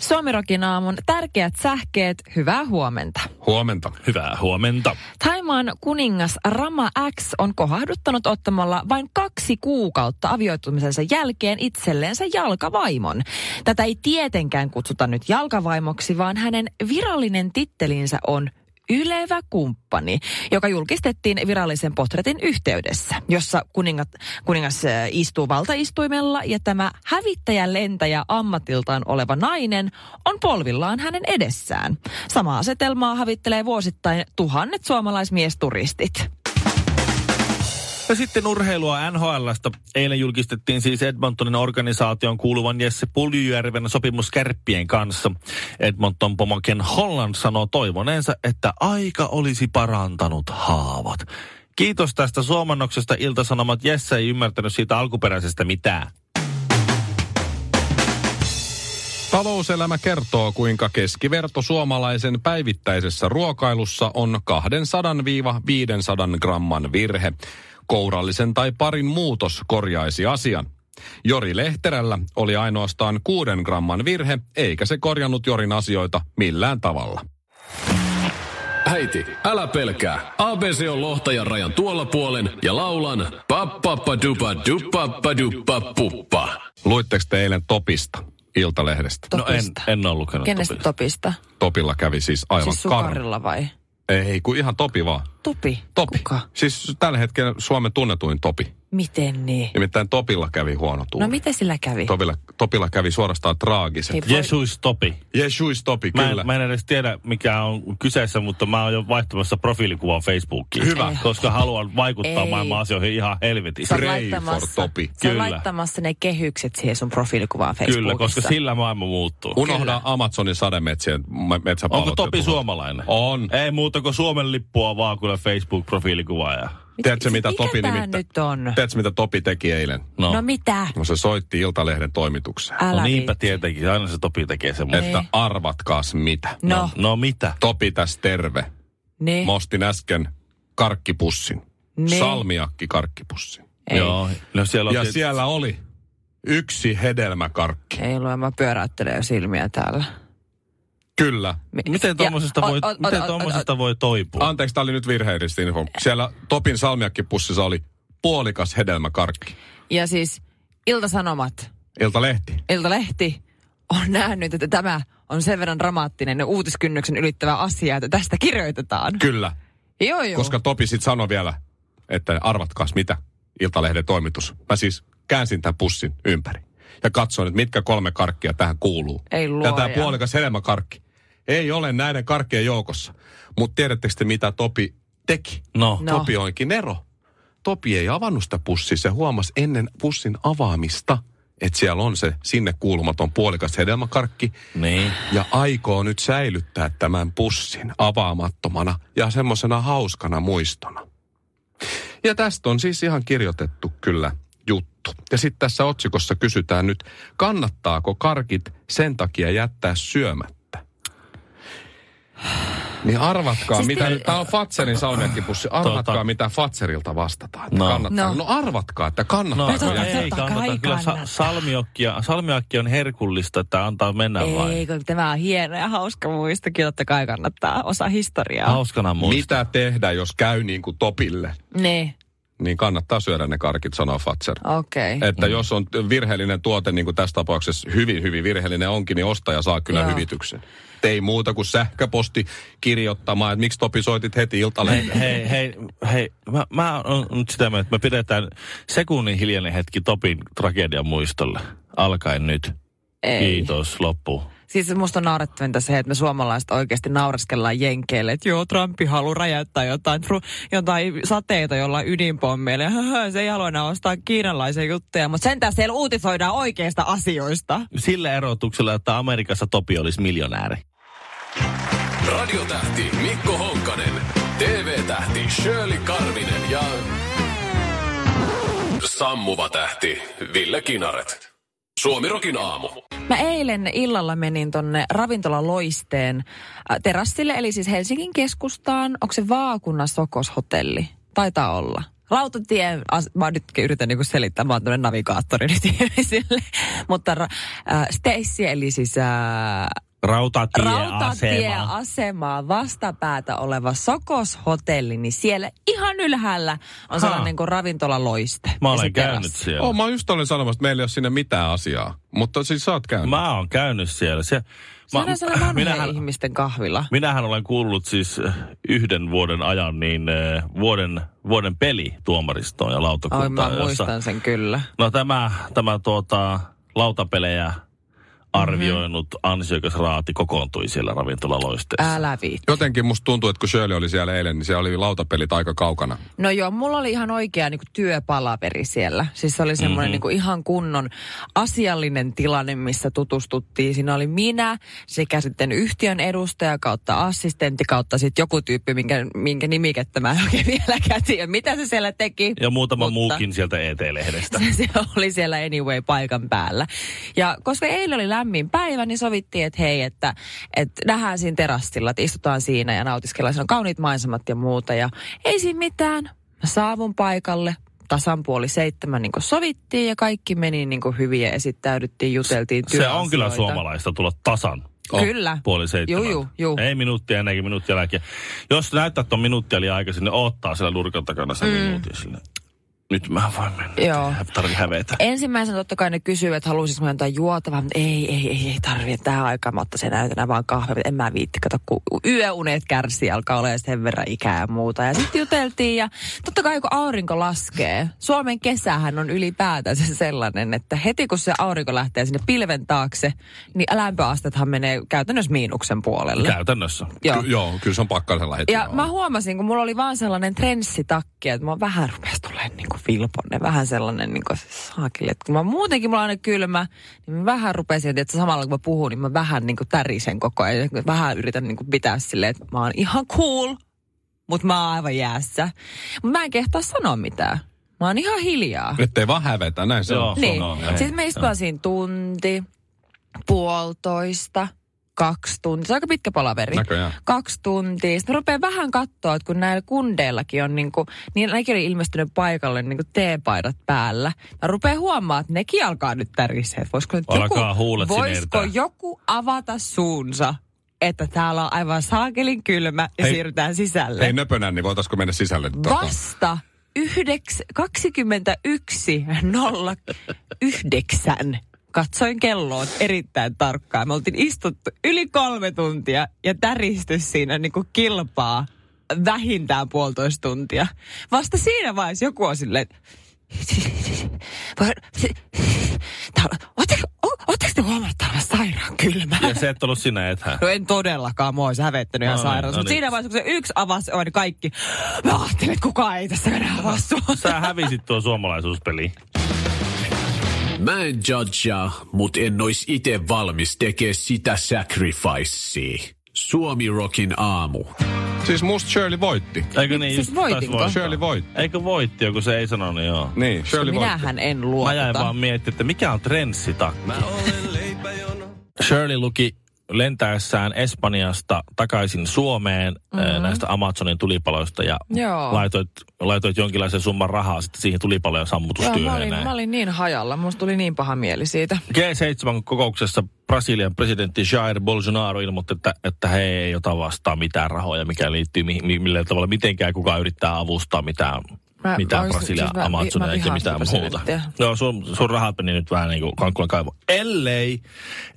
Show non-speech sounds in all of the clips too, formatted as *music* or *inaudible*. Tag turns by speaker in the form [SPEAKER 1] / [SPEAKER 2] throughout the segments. [SPEAKER 1] Suomirokin aamun tärkeät sähkeet, hyvää huomenta.
[SPEAKER 2] Huomenta.
[SPEAKER 3] Hyvää huomenta.
[SPEAKER 1] Taimaan kuningas Rama X on kohahduttanut ottamalla vain kaksi kuukautta avioitumisensa jälkeen itselleensä jalkavaimon. Tätä ei tietenkään kutsuta nyt jalkavaimoksi, vaan hänen virallinen tittelinsä on ylevä kumppani, joka julkistettiin virallisen portretin yhteydessä, jossa kuningat, kuningas äh, istuu valtaistuimella ja tämä hävittäjä lentäjä ammatiltaan oleva nainen on polvillaan hänen edessään. Sama asetelmaa havittelee vuosittain tuhannet suomalaismiesturistit.
[SPEAKER 3] Ja sitten urheilua NHLstä. Eilen julkistettiin siis Edmontonin organisaation kuuluvan Jesse Puljujärven sopimus kärppien kanssa. Edmonton pomoken Holland sanoo toivoneensa, että aika olisi parantanut haavat. Kiitos tästä suomannoksesta Iltasanomat. Jesse ei ymmärtänyt siitä alkuperäisestä mitään.
[SPEAKER 2] Talouselämä kertoo, kuinka keskiverto suomalaisen päivittäisessä ruokailussa on 200-500 gramman virhe. Kourallisen tai parin muutos korjaisi asian. Jori Lehterällä oli ainoastaan kuuden gramman virhe, eikä se korjannut Jorin asioita millään tavalla.
[SPEAKER 4] Äiti, älä pelkää. ABC on lohtajan rajan tuolla puolen ja laulan pappappadupa dupappaduppa puppa.
[SPEAKER 2] Luitteko te eilen Topista, Iltalehdestä?
[SPEAKER 3] No en,
[SPEAKER 1] Topista.
[SPEAKER 3] en ole lukenut
[SPEAKER 1] Kenestä
[SPEAKER 3] Topista.
[SPEAKER 1] Topista?
[SPEAKER 2] Topilla kävi siis aivan
[SPEAKER 1] Siis
[SPEAKER 2] karhu.
[SPEAKER 1] sukarilla vai?
[SPEAKER 2] Ei, kun ihan Topi vaan.
[SPEAKER 1] Topi?
[SPEAKER 2] Topi.
[SPEAKER 1] Kuka?
[SPEAKER 2] Siis tällä hetkellä Suomen tunnetuin Topi.
[SPEAKER 1] Miten niin?
[SPEAKER 2] Nimittäin Topilla kävi huono tuuri.
[SPEAKER 1] No miten sillä kävi?
[SPEAKER 2] Topilla, Topilla kävi suorastaan traagiset.
[SPEAKER 1] Hei,
[SPEAKER 3] Jesuis Topi.
[SPEAKER 2] Jesuis Topi,
[SPEAKER 3] Mä
[SPEAKER 2] kyllä.
[SPEAKER 3] en, mä en edes tiedä, mikä on kyseessä, mutta mä oon jo vaihtamassa profiilikuvan Facebookiin.
[SPEAKER 2] Hyvä.
[SPEAKER 3] Koska haluan vaikuttaa
[SPEAKER 1] Ei.
[SPEAKER 3] maailman asioihin ihan helvetissä.
[SPEAKER 1] Sä oot
[SPEAKER 2] Pray
[SPEAKER 1] laittamassa,
[SPEAKER 2] for Topi.
[SPEAKER 1] Sä oot
[SPEAKER 3] Kyllä.
[SPEAKER 1] laittamassa ne kehykset siihen sun profiilikuvaan Facebookissa.
[SPEAKER 3] Kyllä, koska sillä maailma muuttuu.
[SPEAKER 2] Unohda Amazonin sademetsien m- metsäpalot.
[SPEAKER 3] Onko Topi
[SPEAKER 2] ja tuhot.
[SPEAKER 3] suomalainen?
[SPEAKER 2] On.
[SPEAKER 3] Ei muuta kuin Suomen lippua vaan kyllä Facebook-profiilikuva ja...
[SPEAKER 2] Tiedätkö, mitä
[SPEAKER 1] Mikä
[SPEAKER 2] Topi
[SPEAKER 1] tää
[SPEAKER 2] nimittä-
[SPEAKER 1] nyt on?
[SPEAKER 2] Tiedätkö, mitä Topi teki eilen?
[SPEAKER 1] No, no mitä?
[SPEAKER 2] No se soitti Iltalehden toimitukseen.
[SPEAKER 1] Älä
[SPEAKER 3] no niinpä
[SPEAKER 1] viitti.
[SPEAKER 3] tietenkin, aina se Topi tekee sen.
[SPEAKER 1] Ei.
[SPEAKER 2] Että arvatkaas mitä.
[SPEAKER 1] Niin. No, Niin.
[SPEAKER 3] No mitä?
[SPEAKER 2] Topi tässä terve.
[SPEAKER 1] ne,
[SPEAKER 2] Mä ostin äsken karkkipussin.
[SPEAKER 1] ne.
[SPEAKER 2] Salmiakki karkkipussin.
[SPEAKER 1] Ei.
[SPEAKER 3] Joo, no siellä on...
[SPEAKER 2] Ja
[SPEAKER 3] tiet-
[SPEAKER 2] siellä oli yksi hedelmäkarkki.
[SPEAKER 1] Ei lue, mä pyöräyttelen jo silmiä täällä.
[SPEAKER 2] Kyllä.
[SPEAKER 1] Mi- ja-
[SPEAKER 3] Miten tuommoisesta voi,
[SPEAKER 1] o- o-
[SPEAKER 3] miten
[SPEAKER 1] o- o-
[SPEAKER 3] tommosesta voi toipua?
[SPEAKER 2] Anteeksi, tää oli nyt virheellistä info. Siellä Topin salmiakkipussissa oli puolikas hedelmäkarkki.
[SPEAKER 1] Ja siis Ilta-Sanomat,
[SPEAKER 2] Iltalehti.
[SPEAKER 1] Iltalehti on nähnyt, että tämä on sen verran dramaattinen ja uutiskynnyksen ylittävä asia, että tästä kirjoitetaan.
[SPEAKER 2] Kyllä.
[SPEAKER 1] joo, joo.
[SPEAKER 2] Koska Topi sitten sanoi vielä, että arvatkaas mitä, Iltalehden toimitus. Mä siis käänsin tämän pussin ympäri ja katsoin, että mitkä kolme karkkia tähän kuuluu.
[SPEAKER 1] Ei luoja.
[SPEAKER 2] ja tämä puolikas hedelmäkarkki ei ole näiden karkkien joukossa. Mutta tiedättekö te, mitä Topi teki?
[SPEAKER 3] No,
[SPEAKER 1] No.
[SPEAKER 2] No. Topi onkin ero. Topi ei avannut sitä pussia. Se huomasi ennen pussin avaamista, että siellä on se sinne kuulumaton puolikas hedelmäkarkki.
[SPEAKER 3] niin.
[SPEAKER 2] Ja aikoo nyt säilyttää tämän pussin avaamattomana ja semmoisena hauskana muistona. Ja tästä on siis ihan kirjoitettu kyllä juttu. Ja sitten tässä otsikossa kysytään nyt, kannattaako karkit sen takia jättää syömättä? Niin arvatkaa, siis
[SPEAKER 1] Siis
[SPEAKER 2] mitä
[SPEAKER 1] te-
[SPEAKER 2] nyt, tää on Fatserin saunenkkipussi, arvatkaa
[SPEAKER 3] Tota-
[SPEAKER 2] mitä Fatserilta vastataan. Että
[SPEAKER 3] No.
[SPEAKER 2] no. Kannattaa.
[SPEAKER 1] No.
[SPEAKER 2] No. no arvatkaa, että kannattaa.
[SPEAKER 3] No,
[SPEAKER 1] Totta
[SPEAKER 3] no
[SPEAKER 1] kai,
[SPEAKER 3] ei
[SPEAKER 1] totta
[SPEAKER 3] kannata.
[SPEAKER 1] kai
[SPEAKER 3] Kyllä sa-
[SPEAKER 1] kannattaa.
[SPEAKER 3] salmiakkia, salmiakki on herkullista, että antaa mennä vain.
[SPEAKER 1] Ei, kun tämä on hieno ja hauska muisto. Kyllä totta kai kannattaa osa historiaa.
[SPEAKER 3] Hauskana muista.
[SPEAKER 2] Mitä tehdä, jos käy niin kuin Topille?
[SPEAKER 1] Niin,
[SPEAKER 2] Niin kannattaa syödä ne karkit, sanoo Fatser.
[SPEAKER 1] okei. Okay.
[SPEAKER 2] Että mm. jos on virheellinen tuote, niin kuin tässä tapauksessa hyvin, hyvin virheellinen onkin, niin ostaja saa kyllä
[SPEAKER 1] Joo.
[SPEAKER 2] Joo. hyvityksen. Et Ei muuta kuin sähköposti kirjoittamaan, että miksi Topi soitit heti
[SPEAKER 3] Hei, *laughs*
[SPEAKER 2] iltalehden.
[SPEAKER 3] hei, hei, hei. Mä, mä oon nyt sitä mieltä, että me pidetään sekunnin hiljainen hetki Topin tragedian muistolle. Alkaen nyt.
[SPEAKER 1] Ei.
[SPEAKER 3] Kiitos, loppu.
[SPEAKER 1] Siis musta on naurettavinta se, että me suomalaiset oikeasti naureskellaan jenkeille, että joo, Trumpi haluaa räjäyttää jotain, tru, jotain sateita jollain ydinpommeilla. Ja *laughs* höhö, se ei halua enää ostaa kiinalaisia juttuja, mutta sentään siellä uutisoidaan oikeista asioista.
[SPEAKER 3] Sillä erotuksella, että Amerikassa Topi olisi miljonääri.
[SPEAKER 4] Radiotähti Mikko Honkanen, TV-tähti Shirley Karvinen ja sammuva tähti Ville Kinaret. Suomirokin aamu.
[SPEAKER 1] Mä eilen illalla menin tonne ravintola Loisteen äh, terassille, eli siis Helsingin keskustaan. Onko se Vaakunan Sokoshotelli? Taitaa olla. Rautatie, as, mä nyt yritän niinku selittää, mä oon tämmönen navigaattori nyt *laughs* ihmisille. Mutta ra- äh, Stacy, eli siis äh,
[SPEAKER 3] Rautatieasema.
[SPEAKER 1] rautatieasemaa vastapäätä oleva Sokoshotelli, niin siellä ihan ylhäällä on sellainen kuin ravintola Loiste.
[SPEAKER 3] Mä
[SPEAKER 1] Ja
[SPEAKER 3] olen
[SPEAKER 1] se
[SPEAKER 3] käynyt
[SPEAKER 1] terassi.
[SPEAKER 3] siellä.
[SPEAKER 2] Oh, mä just olin sanomassa, että meillä ei ole siinä mitään asiaa. Mutta siis sä oot käynyt.
[SPEAKER 3] Mä oon käynyt siellä. Se,
[SPEAKER 1] Se on sellainen vanhojen
[SPEAKER 3] minähän,
[SPEAKER 1] ihmisten kahvila.
[SPEAKER 3] minähän olen kuullut siis äh, yhden vuoden ajan niin äh, vuoden, vuoden peli tuomaristoon ja
[SPEAKER 1] Ai mä
[SPEAKER 3] lautakuntaan.
[SPEAKER 1] muistan sen kyllä.
[SPEAKER 3] no tämä, tämä tuota, lautapelejä arvioinut
[SPEAKER 1] Mhm.
[SPEAKER 3] mm-hmm. ansiokas raati kokoontui siellä ravintolaloisteessa.
[SPEAKER 1] Älä viit.
[SPEAKER 2] Jotenkin musta tuntuu, että kun Shirley oli siellä eilen, niin siellä oli lautapelit aika kaukana.
[SPEAKER 1] No joo, mulla oli ihan oikea niin työpalaveri siellä. Siis se oli semmoinen
[SPEAKER 3] Mhm.
[SPEAKER 1] mm-hmm. niin ihan kunnon asiallinen tilanne, missä tutustuttiin. Siinä oli minä sekä sitten yhtiön edustaja kautta assistentti
[SPEAKER 3] Mhm.
[SPEAKER 1] kautta sitten joku tyyppi, minkä, minkä nimikettä mä en oikein *laughs* vieläkään tiedä. Mitä se siellä teki?
[SPEAKER 3] Ja muutama
[SPEAKER 1] Mutta-
[SPEAKER 3] muukin sieltä E
[SPEAKER 1] *laughs*
[SPEAKER 3] ET-lehdestä.
[SPEAKER 1] Se, se oli siellä anyway paikan päällä. Ja koska eilen oli lämmin päivä, niin sovittiin, että hei, että, että nähdään siinä terastilla, että istutaan siinä ja nautiskellaan. Siinä on kauniit maisemat ja muuta ja ei siinä mitään. Mä saavun paikalle tasan puoli seitsemän, niin kuin sovittiin ja kaikki meni niin kuin hyvin ja esittäydyttiin, juteltiin
[SPEAKER 3] Se on kyllä
[SPEAKER 1] työasioita.
[SPEAKER 3] suomalaista tulla tasan.
[SPEAKER 1] Oh. Kyllä.
[SPEAKER 3] Puoli seitsemän.
[SPEAKER 1] Juu, juu, juu.
[SPEAKER 3] Ei minuuttia ennen kuin minuuttia jälkeen. Jos näyttää, että on minuuttia eli aikaisin, niin odottaa siellä nurkan takana sen mm. minuutin sille. Nyt mä voin mennä.
[SPEAKER 1] Joo.
[SPEAKER 3] Ei tarvi hävetä.
[SPEAKER 1] Ensimmäisenä totta kai ne kysyy, että haluaisinko mä jotain juotavaa, mutta ei, ei, ei, ei tarvi, että tähän aikaan mä ottaisin näytänä vaan kahvia, en mä viitti, kato, kun yöunet kärsii, alkaa olla sen verran ikää ja muuta. Ja sitten juteltiin ja totta kai kun aurinko laskee, Suomen kesähän on ylipäätänsä sellainen, että heti kun se aurinko lähtee sinne pilven taakse, niin lämpöastethan menee käytännössä miinuksen puolelle.
[SPEAKER 3] Käytännössä.
[SPEAKER 1] Joo.
[SPEAKER 2] Ky- joo, kyllä se on pakkasella heti.
[SPEAKER 1] Ja
[SPEAKER 2] joo.
[SPEAKER 1] mä huomasin, kun mulla oli vaan sellainen trenssitakki, että mä vähän rupesi tulemaan niinku vilponne, vähän sellainen niinku saakille. Että kun mä muutenkin mulla on aina kylmä, niin mä vähän rupesin, että samalla kun mä puhun, niin mä vähän niinku tärisen koko ajan. Mä Vähän yritän niinku pitää silleen, että mä oon ihan cool, mutta mä oon aivan jäässä. Mut mä en kehtaa sanoa mitään. Mä oon ihan hiljaa.
[SPEAKER 2] Nyt ei vaan hävetä, näin se
[SPEAKER 3] Joo.
[SPEAKER 2] on.
[SPEAKER 1] Niin.
[SPEAKER 3] No,
[SPEAKER 1] No,
[SPEAKER 3] ei.
[SPEAKER 1] Sitten me istutaan siinä tunti, puolitoista, kaksi tuntia. Se on aika pitkä palaveri.
[SPEAKER 2] Näköjään.
[SPEAKER 1] Kaksi tuntia. Sitten mä rupean vähän katsoa, että kun näillä kundeillakin on niin kuin, niin nekin oli ilmestynyt paikalle niin kuin teepaidat päällä. Mä rupean huomaamaan, että nekin alkaa nyt tärisee. että Voisiko nyt
[SPEAKER 3] Alkaa huulet
[SPEAKER 1] joku, voisiko
[SPEAKER 3] sinertää.
[SPEAKER 1] joku avata suunsa? että täällä on aivan saakelin kylmä ja
[SPEAKER 2] Hei.
[SPEAKER 1] siirrytään sisälle.
[SPEAKER 2] Ei nöpönä, niin voitaisiko mennä sisälle nyt takaa?
[SPEAKER 1] Vasta 21.09 katsoin kelloon erittäin tarkkaan. Me oltiin istuttu yli kolme tuntia ja täristy siinä niin kuin kilpaa vähintään puolitoista tuntia. Vasta siinä vaiheessa joku on silleen, Oletteko te huomannut, että täällä on sairaan kylmää?
[SPEAKER 3] Ja se et ollut sinä ethän.
[SPEAKER 1] No en todellakaan, mua olisi hävettänyt
[SPEAKER 3] No
[SPEAKER 1] ihan
[SPEAKER 3] niin,
[SPEAKER 1] sairaus.
[SPEAKER 3] no
[SPEAKER 1] Mutta
[SPEAKER 3] niin.
[SPEAKER 1] siinä vaiheessa, kun se yksi avasi, on niin kaikki, mä ajattelin, että kukaan ei tässä enää avaa sua.
[SPEAKER 3] Sä hävisit tuo suomalaisuuspeli.
[SPEAKER 4] Mä en judgea, mut en ois ite valmis tekee sitä sacrificea. Suomirokin aamu.
[SPEAKER 2] Siis musta Shirley voitti.
[SPEAKER 3] Eikö niin?
[SPEAKER 1] Siis
[SPEAKER 3] just taisi
[SPEAKER 1] voitinko?
[SPEAKER 3] voittaa.
[SPEAKER 2] Shirley voitti.
[SPEAKER 3] Eikö voitti joku se ei sanonut niin joo.
[SPEAKER 2] Niin, Shirley voitti.
[SPEAKER 1] Minähän en
[SPEAKER 3] Mä jäin
[SPEAKER 1] luota.
[SPEAKER 3] vaan miettimään, että mikä on trenssitakki. Shirley luki lentäessään Espanjasta takaisin Suomeen mm-hmm. näistä Amazonin tulipaloista ja
[SPEAKER 1] Joo.
[SPEAKER 3] laitoit, laitoit jonkinlaisen summan rahaa sitten siihen tulipalojen
[SPEAKER 1] Joo, mä,
[SPEAKER 3] sammutustyöhön.
[SPEAKER 1] olin,
[SPEAKER 3] ja näin.
[SPEAKER 1] mä olin niin hajalla, musta tuli niin paha mieli siitä.
[SPEAKER 3] G7-kokouksessa Brasilian presidentti Jair Bolsonaro ilmoitti, että, että he ei ota vastaan mitään rahoja, mikä liittyy mi, mi, millä tavalla mitenkään kukaan yrittää avustaa mitään,
[SPEAKER 1] Mä- mä
[SPEAKER 3] mitään
[SPEAKER 1] ois-
[SPEAKER 3] Brasilian
[SPEAKER 1] siis mä-
[SPEAKER 3] siis
[SPEAKER 1] vi-
[SPEAKER 3] Amazonia
[SPEAKER 1] mä
[SPEAKER 3] eikä
[SPEAKER 1] vihaan
[SPEAKER 3] mitään
[SPEAKER 1] sitä
[SPEAKER 3] muuta.
[SPEAKER 1] presidenttiä.
[SPEAKER 3] Joo, sun, sun rahat meni nyt vähän niin kuin kankkulan kaivo. Ellei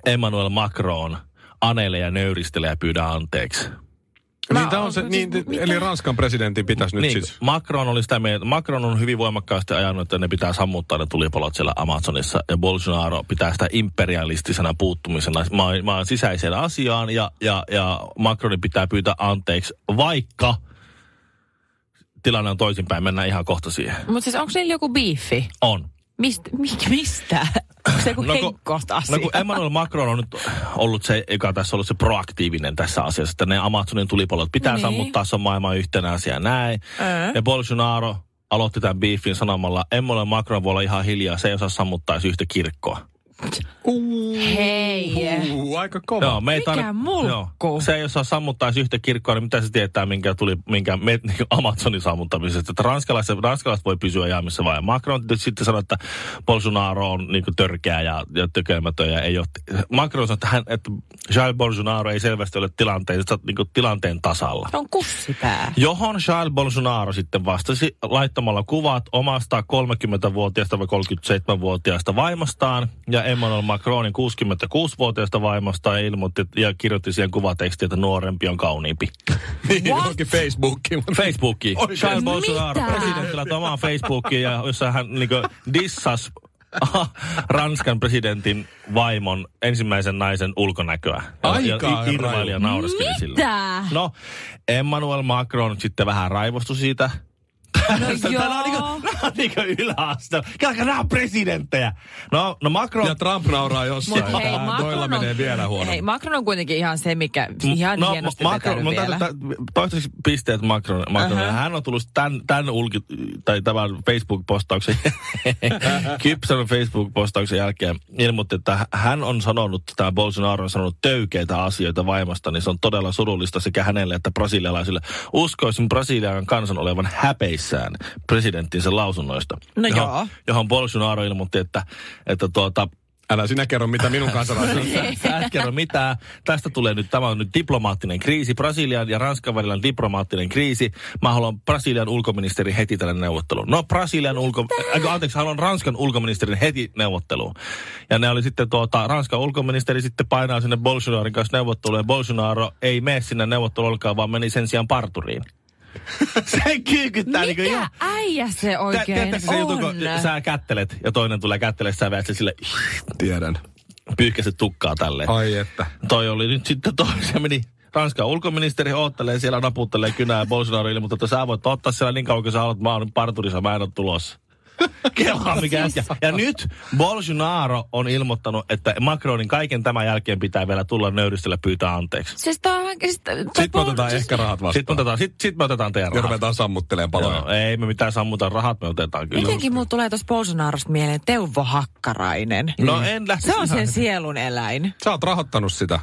[SPEAKER 3] Emmanuel Macron anele ja nöyristele ja pyydä anteeksi.
[SPEAKER 2] Niin, tää on se, niin, eli Ranskan presidentin pitäisi nyt
[SPEAKER 3] siis- Niin,
[SPEAKER 2] siis...
[SPEAKER 3] Macron, oli sitä mieltä, Macron on hyvin voimakkaasti ajanut, että ne pitää sammuttaa ne tulipalot siellä Amazonissa. Ja Bolsonaro pitää sitä imperialistisena puuttumisena maan, maan sisäiseen asiaan. Ja, ja, ja Macronin pitää pyytää anteeksi, vaikka tilanne on toisinpäin. Mennään ihan kohta siihen.
[SPEAKER 1] Mutta siis onko niillä joku biifi?
[SPEAKER 3] On.
[SPEAKER 1] Mist, mi- mistä? Onko se joku no,
[SPEAKER 3] kun-
[SPEAKER 1] henkkohta asia?
[SPEAKER 3] no kun Emmanuel Macron on nyt ollut se, joka tässä on ollut se proaktiivinen tässä asiassa, että ne Amazonin tulipalot pitää
[SPEAKER 1] Niin.
[SPEAKER 3] niin. sammuttaa, se on maailman yhtenä asia näin.
[SPEAKER 1] Ää.
[SPEAKER 3] Ja Bolsonaro aloitti tämän biifin sanomalla, Emmanuel Macron voi olla ihan hiljaa, se ei osaa sammuttaa edes yhtä kirkkoa.
[SPEAKER 1] Hei.
[SPEAKER 2] Uu, aika kova.
[SPEAKER 3] Joo, me ei
[SPEAKER 1] Mikä mulkku?
[SPEAKER 3] Joo, se ei osaa sammuttaa edes yhtä kirkkoa, niin mitä se tietää, minkä tuli minkä me, *laughs* niin Amazonin sammuttamisesta. Että ranskalaiset, ranskalaiset voi pysyä jaamissa vai Macron t- sitten sanoi, että Bolsonaro on niin törkeä ja, ja tykemätön ja ei ole. Macron sanoi, että, hän, että Charles Bolsonaro ei selvästi ole tilanteen, niin tilanteen tasalla.
[SPEAKER 1] Se on kussipää.
[SPEAKER 3] Johon Charles Bolsonaro sitten vastasi laittamalla kuvat omasta 30-vuotiaasta vai 37-vuotiaasta vaimastaan ja Emmanuel Macronin 66-vuotiaasta vaimostaan ja ilmoitti ja kirjoitti siihen kuvatekstiin, että nuorempi on
[SPEAKER 2] *laughs*
[SPEAKER 3] kauniimpi.
[SPEAKER 2] niin,
[SPEAKER 1] What?
[SPEAKER 2] johonkin Facebookiin.
[SPEAKER 3] Facebookiin.
[SPEAKER 2] Oikein.
[SPEAKER 3] Charles Bolsonaro
[SPEAKER 1] Mitä?
[SPEAKER 3] presidentti laittoi omaan Facebookiin, ja jossa hän niin dissas *laughs* Ranskan presidentin vaimon ensimmäisen naisen ulkonäköä. Ja-
[SPEAKER 2] Aika
[SPEAKER 3] ja, i- irvaili
[SPEAKER 2] raju.
[SPEAKER 3] ja naureskeli sille.
[SPEAKER 1] Mitä?
[SPEAKER 3] No, Emmanuel Macron sitten vähän raivostui siitä.
[SPEAKER 1] No
[SPEAKER 3] Nämä on
[SPEAKER 1] joo.
[SPEAKER 3] *laughs* niinku, nää on niinku yläasteella. Kylläkö nämä on presidenttejä? No, no Macron...
[SPEAKER 2] Ja Trump nauraa jossain.
[SPEAKER 1] Mut hei,
[SPEAKER 2] Tää- Noilla
[SPEAKER 1] Macron on-
[SPEAKER 2] menee vielä huonommin.
[SPEAKER 1] Hei, Macron on kuitenkin ihan se, mikä ihan
[SPEAKER 3] no,
[SPEAKER 1] hienosti Macron,
[SPEAKER 3] Macron, mun täytyy
[SPEAKER 1] vielä.
[SPEAKER 3] tä- toistaiseksi pisteet Macron, Macronille.
[SPEAKER 1] Aha.
[SPEAKER 3] Hän on tullut tämän, tämän, ulki, tai tämän
[SPEAKER 1] *laughs*
[SPEAKER 3] Facebook-postauksen, Kypsän Facebook-postauksen jälkeen ilmoitti, että hän on sanonut, tämä Bolsonaro on sanonut töykeitä asioita vaimosta, niin se on todella surullista sekä hänelle että brasilialaisille. Uskoisin Brasilian kansan olevan häpeissään presidenttinsä lausunnoista.
[SPEAKER 1] No
[SPEAKER 3] johon,
[SPEAKER 1] joo.
[SPEAKER 3] johon Bolsonaro ilmoitti, että, että tuota,
[SPEAKER 2] Älä sinä kerro, mitä minun kansalaiseni
[SPEAKER 3] Sä- Sä et kerro mitään. Tästä tulee nyt, tämä on nyt diplomaattinen kriisi. Brasilian ja Ranskan välillä on diplomaattinen kriisi. Mä haluan Brasilian ulkoministerin heti tälle neuvotteluun. No Brasilian ulko... Äh, anteeksi, haluan Ranskan ulkoministerin heti neuvotteluun. Ja ne oli sitten tuota, Ranskan ulkoministeri sitten painaa sinne Bolsonarin kanssa neuvotteluun. Ja Bolsonaro ei mene sinne neuvotteluun olkaan, vaan meni sen sijaan
[SPEAKER 1] *laughs*
[SPEAKER 3] parturiin. se kyykyttää niin
[SPEAKER 1] Mikä
[SPEAKER 3] ihan...
[SPEAKER 1] äijä se
[SPEAKER 3] Tä-
[SPEAKER 1] oikein
[SPEAKER 3] tiedätkö se
[SPEAKER 1] on?
[SPEAKER 3] jutun, kun sä kättelet ja toinen tulee kättelemään, sä vedät sen sille
[SPEAKER 2] tiedän.
[SPEAKER 3] pyyhkäiset tukkaa tälleen.
[SPEAKER 2] Ai että.
[SPEAKER 3] Toi oli nyt sitten toi, se meni Ranskan ulkoministeri oottelee siellä, naputtelee kynää ja Bolsonaro ilmoittaa, mutta sä voit ottaa siellä niin kauan kuin sä haluat, mä oon nyt parturissa, mä en ole
[SPEAKER 2] *laughs*
[SPEAKER 3] tulossa. Kelaa mikä äsken.
[SPEAKER 2] Siis.
[SPEAKER 3] Ja nyt Bolsonaro on ilmoittanut, että Macronin kaiken tämän jälkeen pitää vielä tulla nöyristellä pyytää anteeksi.
[SPEAKER 1] Siis tää on... Siis, tää- tää
[SPEAKER 2] Sitten me otetaan
[SPEAKER 1] siis-
[SPEAKER 2] ehkä rahat vastaan.
[SPEAKER 3] Sitten me otetaan, sit, sit me otetaan teidän
[SPEAKER 2] Ja
[SPEAKER 3] rahat.
[SPEAKER 2] ruvetaan sammuttelemaan
[SPEAKER 3] Joo,
[SPEAKER 2] paloja.
[SPEAKER 3] ei me mitään sammuta, rahat me otetaan kyllä.
[SPEAKER 1] Jotenkin muut tulee tuosta Bolsonarosta mieleen Teuvo Hakkarainen.
[SPEAKER 3] No en lähtisi
[SPEAKER 1] Se on
[SPEAKER 3] ihan-
[SPEAKER 1] sen sielun eläin.
[SPEAKER 2] Sä oot rahoittanut
[SPEAKER 1] *laughs*
[SPEAKER 2] sitä.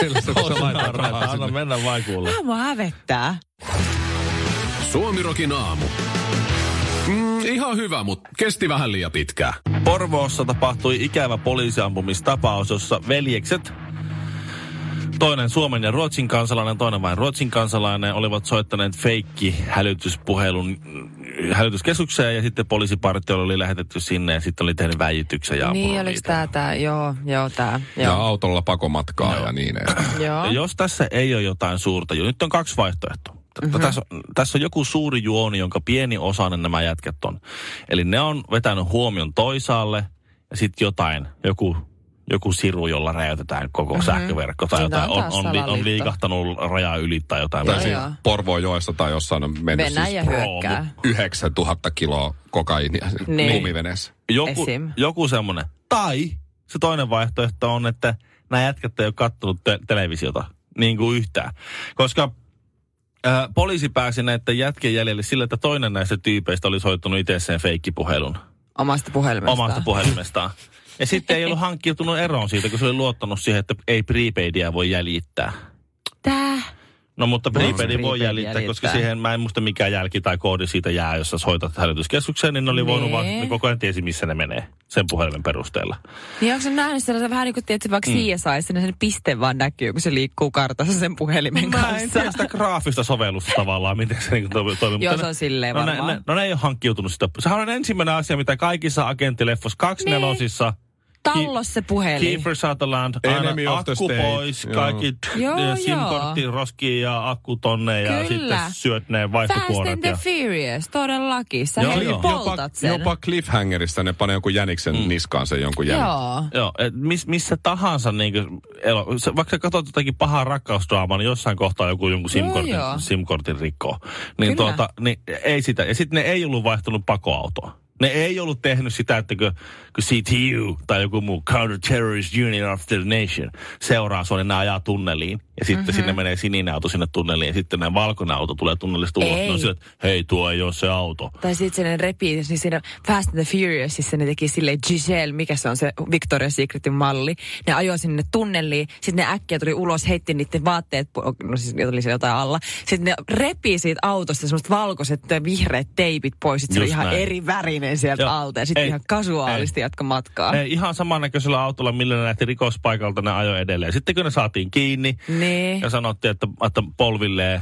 [SPEAKER 2] Sillä se, kun sä laitat rahaa
[SPEAKER 3] Anna
[SPEAKER 2] sinne.
[SPEAKER 3] mennä vaan kuulla.
[SPEAKER 1] Tää mua hävettää.
[SPEAKER 4] Suomirokin aamu. Mm, ihan hyvä, mutta kesti vähän liian pitkään.
[SPEAKER 3] Porvoossa tapahtui ikävä poliisiampumistapaus, jossa veljekset, toinen Suomen ja Ruotsin kansalainen, toinen vain Ruotsin kansalainen, olivat soittaneet feikki hälytyspuhelun mm, hälytyskeskukseen ja sitten poliisipartiolle oli lähetetty sinne ja sitten oli tehnyt väijytyksen ja ampunut
[SPEAKER 1] niin, oliks
[SPEAKER 3] niitä.
[SPEAKER 1] tää tää? Joo, joo tää.
[SPEAKER 2] Ja
[SPEAKER 1] Joo.
[SPEAKER 2] autolla pakomatkaa ja niin edelleen.
[SPEAKER 1] joo.
[SPEAKER 3] Ja jos tässä ei ole jotain suurta, ju- nyt on kaksi vaihtoehtoa.
[SPEAKER 1] Mhm.
[SPEAKER 3] Mm-hmm. Tässä, on- tässä on joku suuri juoni, jonka pieni osainen nämä jätkät on. Eli ne on vetänyt huomion toisaalle ja sitten jotain, joku, joku siru, jolla räjäytetään koko mm-hmm. sähköverkko tai
[SPEAKER 1] Mhm. Siinä
[SPEAKER 3] jotain,
[SPEAKER 1] on
[SPEAKER 3] on,
[SPEAKER 1] taas
[SPEAKER 3] on, li, on
[SPEAKER 1] salaliitto.
[SPEAKER 3] liikahtanut rajaa yli tai jotain.
[SPEAKER 2] Tai
[SPEAKER 3] muuta.
[SPEAKER 2] siinä Porvoojoessa tai jossain on mennyt
[SPEAKER 1] Venäjä
[SPEAKER 2] siis
[SPEAKER 1] hyökkää.
[SPEAKER 3] proomu.
[SPEAKER 2] 9000 kiloa kokainia
[SPEAKER 1] Niin.
[SPEAKER 2] niin. lumiveneessä.
[SPEAKER 3] joku,
[SPEAKER 1] Esim.
[SPEAKER 3] joku semmoinen. Tai se toinen vaihtoehto on, että nämä jätkät ei ole kattonut te- televisiota niin kuin yhtään. Koska ää, poliisi pääsi näiden jätkien jäljelle sillä, että toinen näistä tyypeistä oli soittanut itse sen feikkipuhelun
[SPEAKER 1] Omasta puhelimesta.
[SPEAKER 3] omasta puhelimestaan. Ja sitten ei ollut hankkiutunut eroon siitä, kun se oli luottanut siihen, että ei prepaidia voi jäljittää.
[SPEAKER 1] Tää.
[SPEAKER 3] No mutta prepaidi
[SPEAKER 1] prepaidi
[SPEAKER 3] voi jäljittää, koska
[SPEAKER 1] jäljittää.
[SPEAKER 3] siihen mä en muista mikä jälki tai koodi siitä jää, jos sä soitat hälytyskeskukseen, niin ne oli voinut
[SPEAKER 1] Nee.
[SPEAKER 3] vaan, ne koko ajan tiesi missä ne menee sen puhelimen perusteella.
[SPEAKER 1] Niin onko se nähnyt sellaisen vähän niin kuin tietysti vaikka mm. CSI, sinne sen piste vaan näkyy, kun se liikkuu kartassa sen puhelimen
[SPEAKER 3] Mä en
[SPEAKER 1] kanssa.
[SPEAKER 3] tiedä sitä graafista sovellusta tavallaan, miten se niin toimii. mutta
[SPEAKER 1] Joo,
[SPEAKER 3] ne-
[SPEAKER 1] se on silleen
[SPEAKER 3] no, ne,
[SPEAKER 1] varmaan.
[SPEAKER 3] ne, no ne ei ole hankkiutunut sitä. Sehän on ensimmäinen asia, mitä kaikissa agenttileffos kaksi
[SPEAKER 1] Niin.
[SPEAKER 3] nelosissa
[SPEAKER 1] Tallo se puhelin.
[SPEAKER 3] Kiefer Sutherland,
[SPEAKER 2] Enemy
[SPEAKER 3] aina
[SPEAKER 2] of the
[SPEAKER 3] akku
[SPEAKER 2] state.
[SPEAKER 3] pois,
[SPEAKER 2] Joo.
[SPEAKER 3] kaikki
[SPEAKER 1] Joo, joo.
[SPEAKER 3] simkorttiin roskiin ja akku tonne
[SPEAKER 1] Kyllä.
[SPEAKER 3] ja sitten syöt ne
[SPEAKER 1] Fast
[SPEAKER 3] vaihtokuoret.
[SPEAKER 1] and the
[SPEAKER 3] Ja...
[SPEAKER 1] Furious, todellakin. Sä
[SPEAKER 3] Joo,
[SPEAKER 1] heti
[SPEAKER 3] joo.
[SPEAKER 2] Jopa,
[SPEAKER 1] poltat sen.
[SPEAKER 2] jopa cliffhangerista ne panee jonkun jäniksen mm. niskaan sen jonkun jäniksen.
[SPEAKER 1] Joo.
[SPEAKER 3] Joo, et miss, missä tahansa, niin kuin, vaikka sä katsot jotakin pahaa rakkausdraamaa, niin jossain kohtaa joku jonkun
[SPEAKER 1] Joo,
[SPEAKER 3] simkortin,
[SPEAKER 1] No joo.
[SPEAKER 3] simkortin rikkoo.
[SPEAKER 1] Kyllä.
[SPEAKER 3] Niin, tuota, niin ei sitä. Ja sitten ne ei ollut vaihtunut pakoautoa. Ne ei ollut tehnyt sitä, että kun, kun CTU tai joku muu Counter-Terrorist Union of the Nation seuraa sua, niin ne ajaa tunneliin. Ja sitten
[SPEAKER 1] Mhm.
[SPEAKER 3] mm-hmm. sinne menee sininen auto sinne tunneliin ja sitten näin valkoinen auto tulee tunnelista ulos.
[SPEAKER 1] Ei.
[SPEAKER 3] Ne on sillä, että hei, tuo ei ole se auto.
[SPEAKER 1] Tai sitten se ne repii, niin siinä Fast and the Furiousissa ne teki silleen Giselle, mikä se on se Victoria's Secretin malli. Ne ajoi sinne tunneliin, sitten ne äkkiä tuli ulos, heitti niiden vaatteet, pu- no siis niitä oli siellä jotain alla. Sitten ne repii siitä autosta semmoiset valkoiset ja vihreät teipit pois, sitten se oli
[SPEAKER 3] Just
[SPEAKER 1] ihan
[SPEAKER 3] näin.
[SPEAKER 1] eri värinen sieltä
[SPEAKER 3] Joo.
[SPEAKER 1] alta ja sitten
[SPEAKER 3] Ei.
[SPEAKER 1] ihan kasuaalisti
[SPEAKER 3] Ei.
[SPEAKER 1] jatka matkaa.
[SPEAKER 3] Ne ihan samannäköisellä autolla, millä ne lähti rikospaikalta, ne ajoi edelleen. Sitten kun ne saatiin kiinni
[SPEAKER 1] Niin.
[SPEAKER 3] ja sanottiin, että, että polvilleen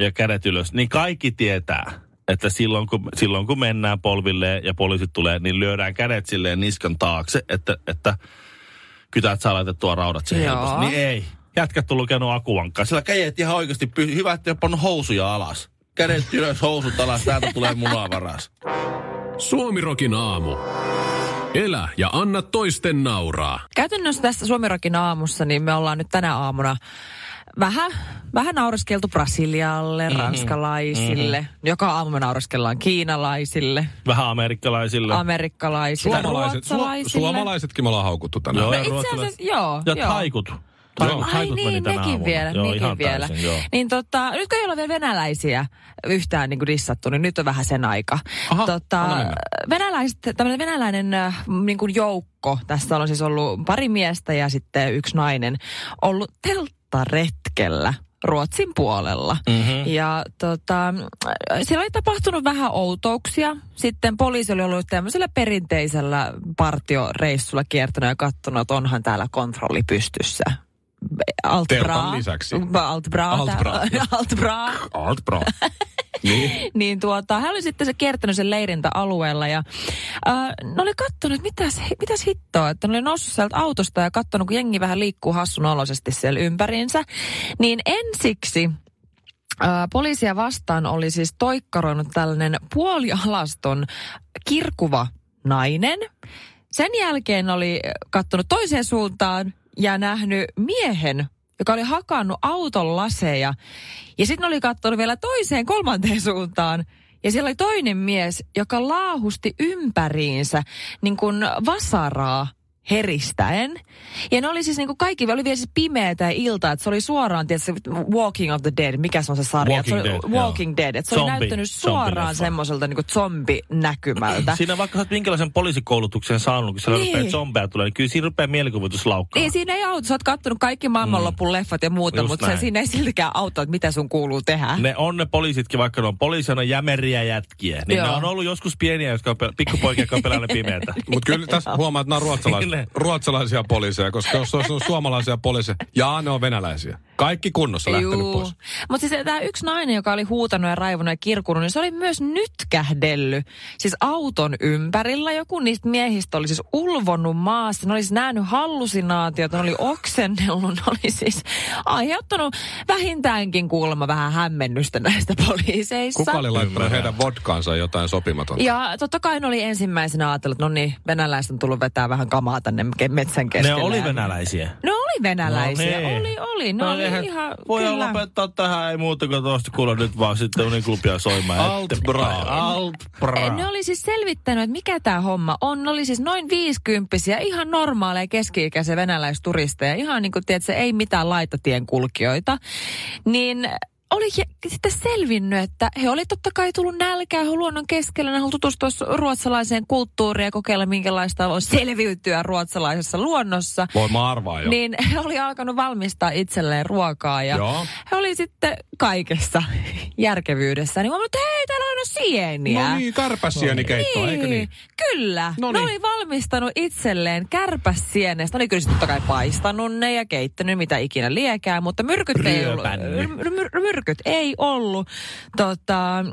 [SPEAKER 3] ja kädet ylös, niin kaikki tietää, että silloin kun, silloin kun mennään polvilleen ja poliisit tulee, niin lyödään kädet silleen niskan taakse, että, että kytät saa laitettua raudat siihen
[SPEAKER 1] Joo.
[SPEAKER 3] helposti. Niin ei. Jätkät on lukenut akuankkaa. Sillä kädet ihan oikeasti, py- hyvä, että ei ole pannut housuja alas. Kädet ylös, housut alas, täältä tulee munavaras.
[SPEAKER 4] Suomirokin aamu. Elä ja anna toisten nauraa.
[SPEAKER 1] Käytännössä tässä Suomirokin aamussa, niin me ollaan nyt tänä aamuna vähän, vähän naureskeltu Brasilialle,
[SPEAKER 2] Mhm.
[SPEAKER 1] mm-hmm. ranskalaisille. Mm-hmm. Joka aamu me naureskellaan kiinalaisille,
[SPEAKER 3] Vähän amerikkalaisille.
[SPEAKER 1] amerikkalaisille,
[SPEAKER 2] Suomalaiset, su-
[SPEAKER 1] ruotsalaisille.
[SPEAKER 2] suomalaisetkin me ollaan haukuttu tänään.
[SPEAKER 3] Joo,
[SPEAKER 1] No
[SPEAKER 3] ja
[SPEAKER 1] itse asiassa,
[SPEAKER 3] ruotsalaiset.
[SPEAKER 1] joo.
[SPEAKER 3] Ja
[SPEAKER 1] joo.
[SPEAKER 3] taikut.
[SPEAKER 1] Joo.
[SPEAKER 3] Taikut,
[SPEAKER 1] Ai
[SPEAKER 3] taikut meni
[SPEAKER 1] niin,
[SPEAKER 3] tänä
[SPEAKER 1] nekin
[SPEAKER 3] aamuna.
[SPEAKER 1] vielä,
[SPEAKER 3] joo, ihan
[SPEAKER 1] nekin vielä.
[SPEAKER 3] Täysin, joo.
[SPEAKER 1] niin tota, nyt kun ei ole vielä venäläisiä yhtään niin kuin dissattu, niin nyt on vähän sen aika.
[SPEAKER 2] Aha,
[SPEAKER 1] tota,
[SPEAKER 2] anna mennä.
[SPEAKER 1] venäläiset, tämmönen venäläinen äh, niin kuin joukko, tässä on siis ollut pari miestä ja sitten yksi nainen, ollut telttaretkellä. Ruotsin puolella. Mm-hmm. Ja tota, äh, siellä oli tapahtunut vähän outouksia. Sitten poliisi oli ollut tämmöisellä perinteisellä partioreissulla kiertänyt ja katsonut, että onhan täällä kontrolli pystyssä. Alt bra.
[SPEAKER 2] Teltan lisäksi.
[SPEAKER 1] Alt bra.
[SPEAKER 2] Alt bra.
[SPEAKER 1] *laughs* Alt bra. *laughs*
[SPEAKER 2] Art bra. niin.
[SPEAKER 1] Niin tuota, hän oli sitten se kiertänyt sen leirintäalueella ja äh, ne oli kattonut, että mitäs, mitäs hittoa, että ne oli noussut sieltä autosta ja kattonut, kun jengi vähän liikkuu hassun oloisesti siellä ympäriinsä. Niin ensiksi äh, poliisia vastaan oli siis toikkaroinut tällainen puolialaston kirkuva nainen. Sen jälkeen oli kattonut toiseen suuntaan ja nähnyt miehen, joka oli hakannut auton laseja. Ja sitten oli kattonut vielä toiseen kolmanteen suuntaan. Ja siellä oli toinen mies, joka laahusti ympäriinsä niin kuin vasaraa heristäen. Ja ne oli siis niin kuin kaikki, oli vielä siis pimeätä ja iltaa, että se oli suoraan, tietysti Walking of the Dead, mikä se on se sarja?
[SPEAKER 3] Walking
[SPEAKER 1] Et se oli,
[SPEAKER 3] Dead,
[SPEAKER 1] Walking Dead. Että se
[SPEAKER 3] Zombi-
[SPEAKER 1] oli näyttänyt suoraan
[SPEAKER 3] zombileffa.
[SPEAKER 1] semmoiselta niin zombinäkymältä.
[SPEAKER 3] Siinä vaikka sä oot minkälaisen poliisikoulutuksen saanut, kun siellä
[SPEAKER 1] Niin.
[SPEAKER 3] niin. rupeaa zombeja tulee, niin kyllä siinä rupeaa mielikuvitus laukkaa.
[SPEAKER 1] Ei, siinä ei auta. Sä oot kattonut kaikki maailmanlopun leffat ja muuta,
[SPEAKER 3] Mm. Just
[SPEAKER 1] mutta se,
[SPEAKER 3] näin.
[SPEAKER 1] siinä ei siltikään auta, että mitä sun kuuluu tehdä.
[SPEAKER 3] Ne on ne poliisitkin, vaikka ne on poliisina jämeriä jätkiä. Niin
[SPEAKER 1] Joo.
[SPEAKER 3] ne on ollut joskus pieniä, jotka on pel- pikkupoikia, jotka on pelännyt
[SPEAKER 1] *laughs*
[SPEAKER 3] pimeätä.
[SPEAKER 2] Mutta kyllä tässä huomaa, että nämä on ruotsalais-
[SPEAKER 3] Kyllä.
[SPEAKER 2] ruotsalaisia poliiseja, koska jos olisi ollut suomalaisia poliiseja, jaa ne on venäläisiä. Kaikki kunnossa lähtenyt pois.
[SPEAKER 1] Mutta siis tämä yksi nainen, joka oli huutanut ja raivonut ja kirkunut, niin se oli myös nytkähdellyt. Siis auton ympärillä joku niistä miehistä oli siis ulvonut maassa. Ne olisi nähnyt hallusinaatiota, ne oli oksennellut, ne oli siis aiheuttanut vähintäänkin kuulemma vähän hämmennystä näistä poliiseissa.
[SPEAKER 2] Kuka oli laittanut heidän vodkaansa jotain sopimatonta?
[SPEAKER 1] Ja totta kai ne oli ensimmäisenä ajatellut, että no niin, venäläiset on tullut vetää vähän kamaa tänne ke- metsän
[SPEAKER 3] ne
[SPEAKER 1] keskelle.
[SPEAKER 3] oli venäläisiä.
[SPEAKER 1] No oli venäläisiä, no,
[SPEAKER 3] niin.
[SPEAKER 1] oli, oli. Ne no, oli
[SPEAKER 3] eihän-
[SPEAKER 1] ihan,
[SPEAKER 3] Voi
[SPEAKER 1] kyllä.
[SPEAKER 3] lopettaa tähän, ei muuta kuin tuosta kuule nyt vaan sitten uniklubia soimaan.
[SPEAKER 2] Alt bra.
[SPEAKER 3] Alt bra.
[SPEAKER 1] Ne oli siis selvittänyt, että mikä tämä homma on. Ne oli siis noin viisikymppisiä, ihan normaaleja keski-ikäisiä venäläisturisteja. Ihan niin kuin, tiedätkö, ei mitään laitatien kulkijoita. Niin oli he- sitten selvinnyt, että he oli totta kai tullut nälkää he oli luonnon keskellä. Ne halusi tutustua su- ruotsalaiseen kulttuuriin ja kokeilla, minkälaista on selviytyä ruotsalaisessa luonnossa.
[SPEAKER 2] Voi mä arvaa jo.
[SPEAKER 1] Niin *laughs* he oli alkanut valmistaa itselleen ruokaa ja
[SPEAKER 2] Joo.
[SPEAKER 1] he oli sitten kaikessa *laughs* järkevyydessä. Niin mä olin, että hei, täällä on sieniä.
[SPEAKER 2] No niin, kärpäsieni keittoa, eikö niin?
[SPEAKER 1] Kyllä.
[SPEAKER 2] No
[SPEAKER 1] Ne
[SPEAKER 2] niin.
[SPEAKER 1] oli valmistanut itselleen kärpäsienestä. Ne oli niin, kyllä sitten totta kai paistanut ne ja keittänyt mitä ikinä liekään, mutta myrkyt ei ollut,
[SPEAKER 3] Ryöpännyt.
[SPEAKER 1] myr- myr- myrkyt ei ollut tota,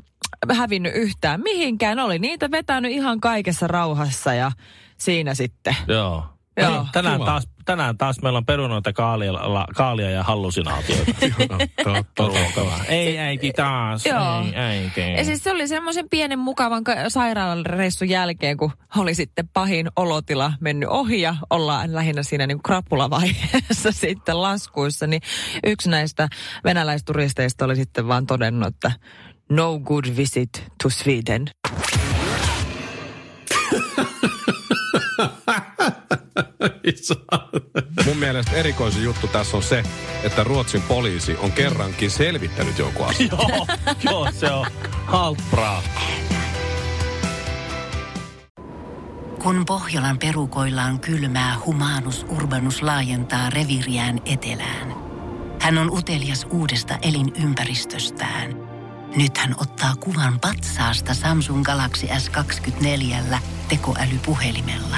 [SPEAKER 1] hävinnyt yhtään mihinkään. Ne oli niitä vetänyt ihan kaikessa rauhassa ja siinä sitten.
[SPEAKER 3] Joo.
[SPEAKER 1] Joo.
[SPEAKER 3] Joo. Niin, Tänään,
[SPEAKER 2] Kiva.
[SPEAKER 3] taas, tänään taas meillä on perunoita, kaalia, kaalia ja
[SPEAKER 1] *laughs*
[SPEAKER 3] hallusinaatioita. Ruokaa. ei äiti taas,
[SPEAKER 1] Joo.
[SPEAKER 3] ei äiti.
[SPEAKER 1] Ja siis se oli semmoisen pienen mukavan ka- sairaalareissun jälkeen, kun oli sitten pahin olotila mennyt ohi ja ollaan lähinnä siinä niin krapulavaiheessa *laughs* sitten laskuissa, niin yksi näistä venäläisturisteista oli sitten vaan todennut, että no good visit to Sweden.
[SPEAKER 2] Mun mielestä erikoisin juttu tässä on se, että Ruotsin poliisi on kerrankin selvittänyt joku asia.
[SPEAKER 3] Joo, joo, se on halpraa.
[SPEAKER 5] Kun Pohjolan perukoillaan kylmää, humanus urbanus laajentaa reviriään etelään. Hän on utelias uudesta elinympäristöstään. Nyt hän ottaa kuvan patsaasta Samsung Galaxy S24 tekoälypuhelimella.